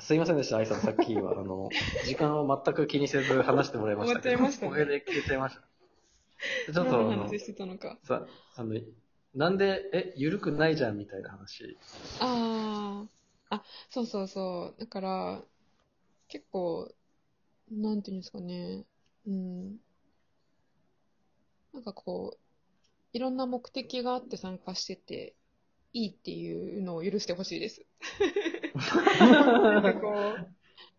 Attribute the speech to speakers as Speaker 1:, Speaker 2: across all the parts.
Speaker 1: すいませんでした、挨拶さっきは。あの、時間を全く気にせず話してもらいましたけど。
Speaker 2: 終わっちゃいましたね
Speaker 1: お部屋で消えちゃいま した。ちょっと、
Speaker 2: 何
Speaker 1: あ
Speaker 2: の
Speaker 1: の
Speaker 2: 話、してたのか。
Speaker 1: さ、あの、なんで、え、ゆるくないじゃんみたいな話。
Speaker 2: ああ。あ、そうそうそう。だから、結構、なんていうんですかね。うん。なんかこう、いろんな目的があって参加してて、いいっていうのを許してほしいです。なんかこ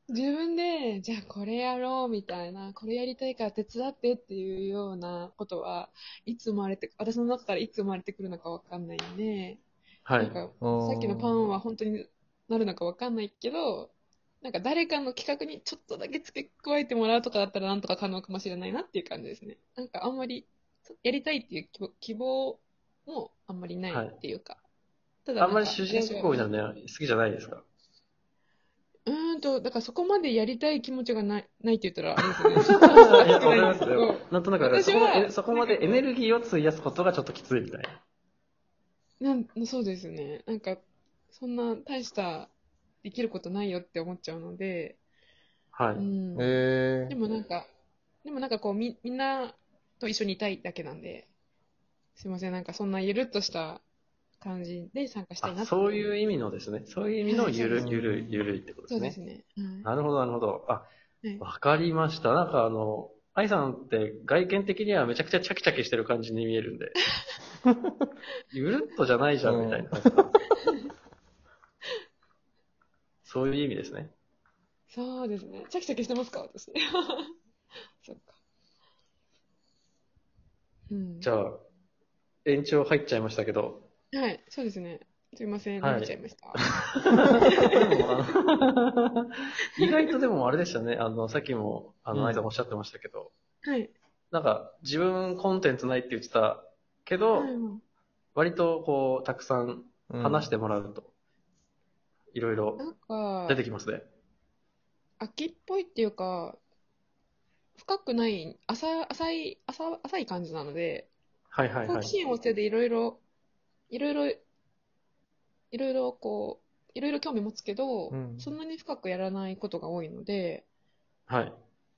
Speaker 2: う、自分で、じゃあこれやろうみたいな、これやりたいから手伝ってっていうようなことは、いつ生まれて、私の中からいつ生まれてくるのかわかんないんで、
Speaker 1: は
Speaker 2: なん
Speaker 1: い。
Speaker 2: か
Speaker 3: あー
Speaker 2: さっきのパンは本当になるのかわかんないけど、なんか誰かの企画にちょっとだけ付け加えてもらうとかだったらなんとか可能かもしれないなっていう感じですね。なんかあんまりそやりたいっていう希望希望もあんまりないっていうか。ただ
Speaker 1: あ
Speaker 2: なんか
Speaker 1: まり主人公じゃね、好きじゃないですか。
Speaker 2: うーんと、だからそこまでやりたい気持ちがない、ないって言ったらあれです よね。ちょっ
Speaker 1: い
Speaker 2: と
Speaker 1: や、わかり
Speaker 2: な
Speaker 1: ま
Speaker 2: い
Speaker 1: すよ。なんとなく、そ
Speaker 2: 私
Speaker 1: こ
Speaker 2: は
Speaker 1: までそこまでエネルギーを費やすことがちょっときついみたいな。
Speaker 2: なんそうですね。なんか、そんな大したできることないよって思っちゃうので、
Speaker 1: は
Speaker 2: う
Speaker 1: い。
Speaker 2: ん。
Speaker 3: え
Speaker 2: で
Speaker 3: え
Speaker 2: もなんか、でもなんかこうみ、みんなと一緒にいたいだけなんで、すいません、なんかそんなゆるっとした感じで参加したいな
Speaker 1: あ、
Speaker 2: って。
Speaker 1: そういう意味のですね。そういう意味のゆる
Speaker 2: は、い
Speaker 1: ゆる、ゆるいってことで
Speaker 2: そ
Speaker 1: す
Speaker 2: うで
Speaker 1: ね
Speaker 2: す。ね。うん
Speaker 1: なるほど、なるほど。あ、
Speaker 2: はい
Speaker 1: わかりました。なんかあの、愛さんって外見的にはめちゃくちゃチャキチャキしてる感じに見えるん で。ゆるっとじゃないじゃん、みたいな。 そういう意味ですね。
Speaker 2: そうですね。チャキチャキしてますか私。 そっか。うん。
Speaker 1: じゃあ、延長入っちゃいましたけ ど。
Speaker 2: はい、そうですね。すいません、
Speaker 1: はい
Speaker 2: 伸びちゃいました。
Speaker 1: でもあの意外とでもあれでしたね。あの、さっきも、あ
Speaker 3: う
Speaker 1: の、
Speaker 3: ん
Speaker 1: 愛さんおっしゃってましたけど、
Speaker 2: はい。
Speaker 1: なんか自分コンテンツないって言ってたけど、
Speaker 2: うん
Speaker 1: 割とこう、たくさん
Speaker 3: うん
Speaker 1: 話してもらうと、いろいろ
Speaker 2: なん
Speaker 1: 出て
Speaker 2: か、
Speaker 1: きますね。
Speaker 2: 秋っぽいっていうか、深くない、浅浅い、浅浅い感じなので、
Speaker 1: はいはい
Speaker 2: 好
Speaker 1: はい
Speaker 2: 奇。心旺盛でいろいろ、いろいろ、いろいろこう、いろいろ興味持つけど、
Speaker 3: うん
Speaker 2: そんなに深くやらないことが多いので、
Speaker 1: はい。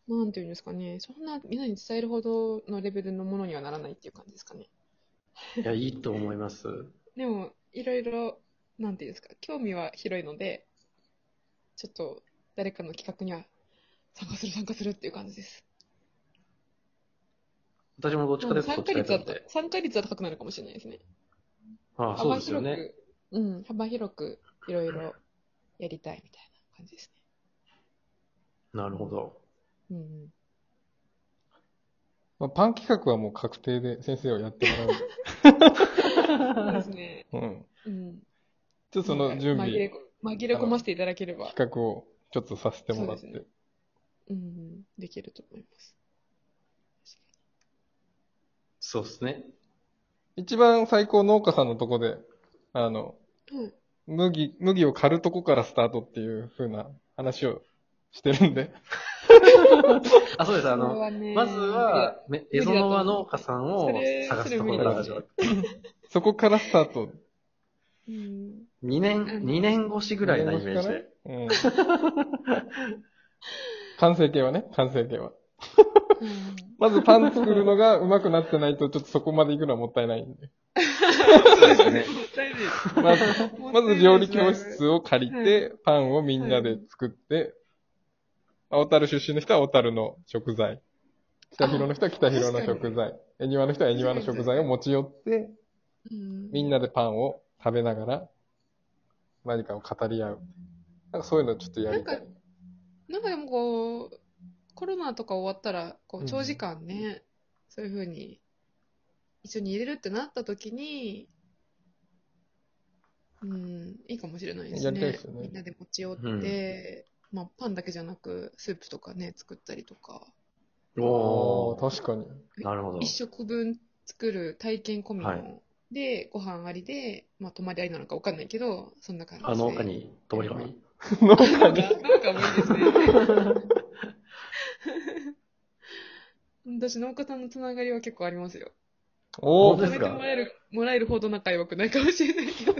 Speaker 2: なんていうんですかね、そんなみんなに伝えるほどのレベルのものにはならないっていう感じですかね。
Speaker 1: いや、いいと思います。
Speaker 2: でも、いろいろ、なんていうんですか、興味は広いので、ちょっと誰かの企画には参加する参加するっていう感じです。
Speaker 1: 私もどっちかですと
Speaker 2: 参
Speaker 1: そっち
Speaker 2: 加
Speaker 1: か
Speaker 2: 率
Speaker 1: や
Speaker 2: は
Speaker 1: ってて、
Speaker 2: 参加率は高くなるかもしれないですね。
Speaker 1: ああ、そう
Speaker 2: 幅
Speaker 1: ですよ
Speaker 2: 広く、
Speaker 1: ね。
Speaker 2: うん、幅広くいろいろやりたいみたいな感じです
Speaker 1: なるほど。
Speaker 2: ね。うん。
Speaker 3: まあ、パン企画はもう確定で先生をやっても
Speaker 2: そう ですね。
Speaker 3: らう。うん。
Speaker 2: うん。
Speaker 3: ちょっとその準
Speaker 2: 紛れ
Speaker 3: 備、
Speaker 2: こ紛れ込ませていただければ、
Speaker 3: 企画をちょっとさせてもらっ
Speaker 2: そうで
Speaker 3: て。
Speaker 2: うん、できると思います。
Speaker 1: そうですね。
Speaker 3: 一番最高農家さんのとこで、あの、
Speaker 2: うん。
Speaker 3: 麦、麦を刈るとこからスタートっていう風な話をしてるんで。
Speaker 1: あ、そうです。あ
Speaker 2: これ
Speaker 1: の、
Speaker 2: はね
Speaker 1: まずは、め
Speaker 2: 無理
Speaker 1: エ
Speaker 2: だと
Speaker 1: ゾ
Speaker 2: 思う
Speaker 1: ノワ農家さんを探すところから始まる。
Speaker 3: そこからスタート。
Speaker 2: うん、
Speaker 1: 2年、二年越しぐらいなイメージで。
Speaker 3: うん。完成形はね、完成形は。
Speaker 2: うん
Speaker 3: まずパン作るのがうまくなってないと、ちょっとそこまで行くのはもったいないんで。
Speaker 1: そうですよね。
Speaker 2: もったいないです
Speaker 3: まず、
Speaker 2: もった
Speaker 3: ま
Speaker 2: いない
Speaker 3: ず
Speaker 2: です
Speaker 3: 料理教室を借りて、パンをみんなで作って、小樽出身の人は小樽の食材、北広の人は北広の食材、恵庭の人は恵庭の食材を持ち寄って、
Speaker 2: うん
Speaker 3: みんなでパンを食べながら、何かを語り合う。なんかそういうのちょっとやりた。
Speaker 2: ないなんかでもこう、コロナとか終わったら、こ
Speaker 3: う
Speaker 2: う、
Speaker 3: ん
Speaker 2: 長時間ね、そういうふうに、一緒に入れるってなった時に、うん、いいかもしれないです
Speaker 3: やりたい
Speaker 2: ね。
Speaker 3: ですよね
Speaker 2: みんなで持ち寄って、まあ、パンだけじゃなく、スープとかね、作ったりとか、
Speaker 1: おー、
Speaker 3: あー確かに。
Speaker 1: なるほど
Speaker 2: 一。食分作る体験込みの、
Speaker 1: はい
Speaker 2: で、ご飯ありで、まあ、泊まりありなのかわかんないけど、そんな感じで。
Speaker 1: あ、農 家に泊まり込み。
Speaker 2: な
Speaker 3: 農家
Speaker 2: んか、
Speaker 3: に。
Speaker 2: なんかもいいですね。私、農家さんのつながりは結構ありますよ。
Speaker 3: お
Speaker 1: 本当
Speaker 3: ー
Speaker 1: で、す
Speaker 2: 認
Speaker 1: か
Speaker 2: めてもらえる、もらえるほど仲良くないかもしれないけど。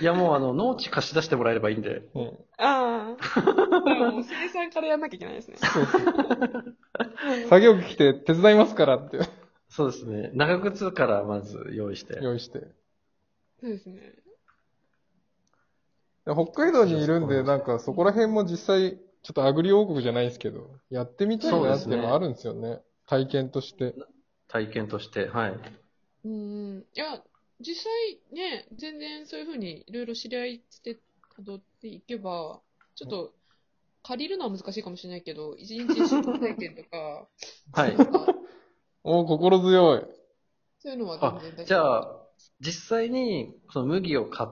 Speaker 1: いや、もうあの、農地貸し出してもらえればいいんで。
Speaker 3: うん。
Speaker 2: ああ。だからもう生産からやんなきゃいけないですね。
Speaker 3: そうそう。作業着着て手伝いますからって
Speaker 1: そうですね。長靴からまず用意して。
Speaker 3: 用意して。
Speaker 2: そうですね。
Speaker 3: で北海道にいるんで、なんかそこら辺も実際、ちょっとアグリ王国じゃないですけど、やってみたいなっていうのはあるんですよね。体験として。
Speaker 1: 体験として。 はい。
Speaker 2: うん。いや、実際ね、全然そういうふうにいろいろ知り合いつて辿っていけば、ちょっと、借りるのは難しいかもしれないけど、一日一緒体験とか、
Speaker 1: はい。
Speaker 2: なんか
Speaker 3: おお、心強い。
Speaker 2: そういうのは
Speaker 1: あ
Speaker 2: 全然大丈夫。
Speaker 1: じゃあ、実際にその麦を買っ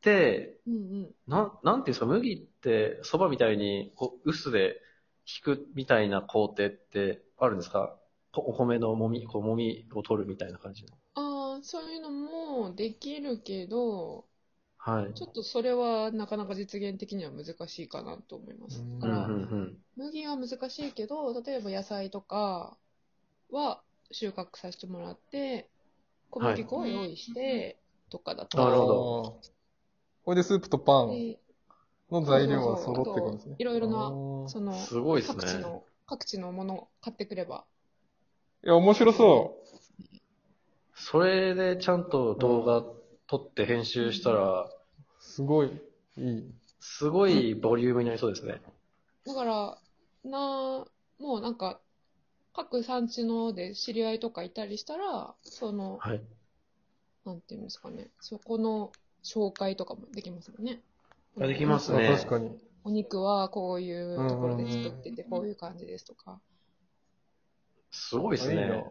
Speaker 1: て、
Speaker 2: うんうん。
Speaker 1: なん、なんていうんですか、麦って蕎麦みたいに、こう、薄で引くみたいな工程ってあるんですかこお米のもみ、こう、もみを取るみたいな感じの。
Speaker 2: ああ、そういうのもできるけど、
Speaker 1: はい。
Speaker 2: ちょっとそれはなかなか実現的には難しいかなと思います。
Speaker 3: うん
Speaker 2: だ
Speaker 1: う
Speaker 2: か
Speaker 1: んうん
Speaker 2: ら、
Speaker 1: うん。
Speaker 2: 麦は難しいけど、例えば野菜とかは収穫させてもらって、小麦粉を用意して、とかだと。
Speaker 1: なるほど
Speaker 3: ど。これでスープとパン
Speaker 2: で
Speaker 3: の材料は揃ってくるん
Speaker 2: そうそう
Speaker 3: ですね
Speaker 2: そうあと。いろいろな
Speaker 3: あー
Speaker 2: その、
Speaker 1: すごいっすね
Speaker 2: 各地の、各地のものを買ってくれば。
Speaker 3: いや、面白そ
Speaker 1: それでちゃんと動画撮って編集したら、
Speaker 3: う。すごい。いい。
Speaker 1: すごいボリュームになりそうですね。
Speaker 2: だから、な、もうなんか、各産地ので知り合いとかいたりしたら、その、
Speaker 1: はい。
Speaker 2: なんていうんですかね、そこの紹介とかもできますよね。
Speaker 1: あできま
Speaker 3: あ
Speaker 1: すね
Speaker 3: 確かに。
Speaker 2: お肉はこういうところで作ってて、
Speaker 4: うん
Speaker 2: こういう感じですとか、
Speaker 1: すごいです
Speaker 3: いいな
Speaker 1: ね。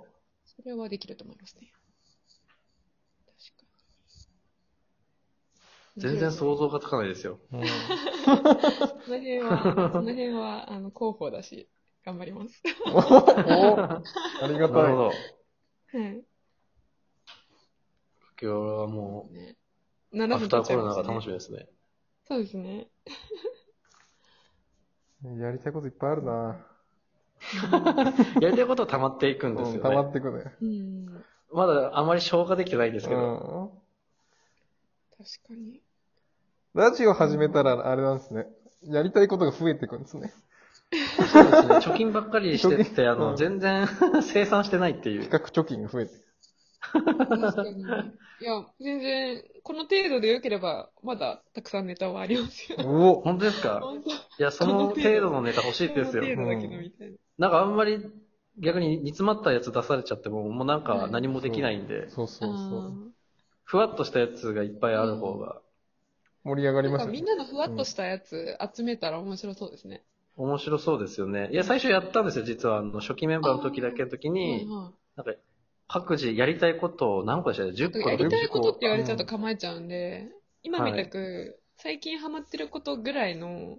Speaker 2: それはできると思いますね。確かに。
Speaker 1: 全然想像がつかないですよ。
Speaker 3: うん
Speaker 2: その辺 は、その辺は、あの、広報だし、頑張ります。
Speaker 3: おおあり
Speaker 1: なる
Speaker 3: が
Speaker 1: ほ
Speaker 3: たい。
Speaker 1: ど。
Speaker 2: はい。
Speaker 1: 今日はも
Speaker 2: ね。
Speaker 1: う、
Speaker 2: 7
Speaker 1: アフターコロナが
Speaker 2: ね
Speaker 1: 楽しみですね。
Speaker 2: そうです ね。
Speaker 3: やりたいこといっぱいあるな。
Speaker 1: やりたいことは溜まっていくんです
Speaker 3: うん
Speaker 1: よ
Speaker 3: 溜ま
Speaker 1: ね。
Speaker 3: ってくね。
Speaker 2: うん。
Speaker 1: まだあまり消化できてないんですけど。
Speaker 2: 確かに。
Speaker 3: うんラジオ始めたら、あれなんですね。やりたいことが増えていくんですね。
Speaker 1: 貯金ばっかりしてって、あ
Speaker 3: うん
Speaker 1: の、全然 生産してないってい
Speaker 3: 比
Speaker 1: う。
Speaker 3: 較貯金が増えていく。
Speaker 2: 確かに。いや、全然、この程度で良ければ、まだたくさんネタはありますよ。
Speaker 3: お
Speaker 1: 本当ですか
Speaker 2: 本当
Speaker 1: いや、その程度のネタ欲しいですよ
Speaker 2: この。程度だけどみたいな。
Speaker 1: なんかあんまり逆に煮詰まったやつ出されちゃっても、もうなんか何もできないんで、
Speaker 3: そうそうそう。
Speaker 1: ふわっとしたやつがいっぱいある方が
Speaker 3: 盛り上が
Speaker 2: あー
Speaker 3: り
Speaker 2: な
Speaker 3: ま
Speaker 2: んかみ
Speaker 3: すね
Speaker 2: ん。なのふわっとしたやつ集めたら面白そうですね。
Speaker 1: 面白そうですよね。いや、最初やったんですよ、実は。あの、初期メンバーの時だけの時
Speaker 2: はい
Speaker 1: に、
Speaker 2: は
Speaker 1: なんか、各自やりたいことを何個でしたっけ
Speaker 2: い。だ
Speaker 1: ?10 個
Speaker 2: からやりたいことって言われちゃう
Speaker 3: う
Speaker 2: と
Speaker 3: ん
Speaker 2: 構えちゃうんで、今みたく、最近ハマってることぐらいの、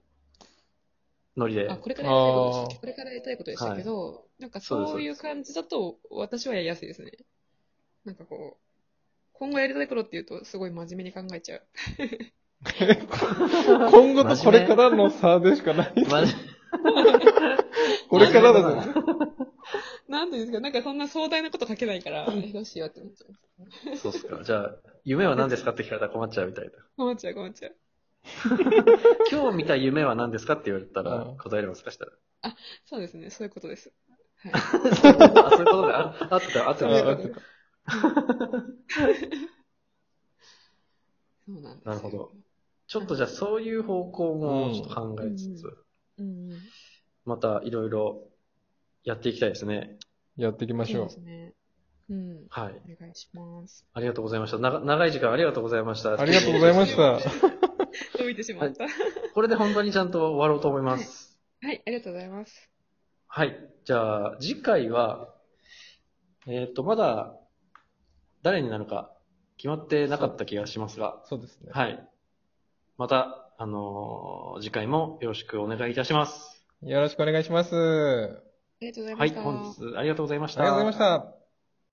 Speaker 1: ノリで
Speaker 2: あ、。これからやりたいことでしたこれからやりたいことでしたけど、なんか
Speaker 1: そうです
Speaker 2: そういう
Speaker 1: そ
Speaker 2: 感じだと、私はやりやすいですね。なんかこう、今後やりたいことって言うと、すごい真面目に考えちゃう。
Speaker 3: 今後とこれからの差でしかない。
Speaker 1: マ ジ
Speaker 3: これからだね。
Speaker 2: なんていうんですか、なんかそんな壮大なこと書けないから、えどうしようって思っちゃう。
Speaker 1: そうっすか。じゃあ、夢は何ですかって聞かれたら困っちゃうみたいな。
Speaker 2: 困っちゃう、困っちゃう。
Speaker 1: 今日見た夢は何ですかって言われたら
Speaker 3: うん
Speaker 1: 答えれますかしたら。
Speaker 2: そうですね、そういうことです。はい。
Speaker 1: あ、そういうことで、ああってた、あって
Speaker 3: あ
Speaker 1: た。
Speaker 3: あってた
Speaker 2: そうなんですよ
Speaker 1: なるほど。ちょっとじゃあそういう方向もちょっと考えつつ、
Speaker 2: うんうんうん。
Speaker 1: またいろいろやっていきたいですね。
Speaker 3: やっていきまし
Speaker 2: そう
Speaker 3: ょ
Speaker 2: ですね。うん。
Speaker 1: はい。
Speaker 2: お願いします。
Speaker 1: ありがとうございました。長長い時間ありがとうございました。
Speaker 3: う。ありがとうございまし。た。
Speaker 2: 伸びてしまった。はい、
Speaker 1: これで本当にちゃんと終わろうと思います。
Speaker 2: ありがとうございます。
Speaker 1: はい。じゃあ次回は、えっ、と、まだ誰になるか決まってなかった気がしますが、
Speaker 3: そうですね。
Speaker 1: はい。また、あのー次回もよろしくお願いいたします。
Speaker 3: よろしくお願いします。あ
Speaker 2: ありがとうござい
Speaker 1: は
Speaker 2: ま
Speaker 1: い。
Speaker 2: した。
Speaker 1: 本日ありがとうございまし
Speaker 3: りがとうございました。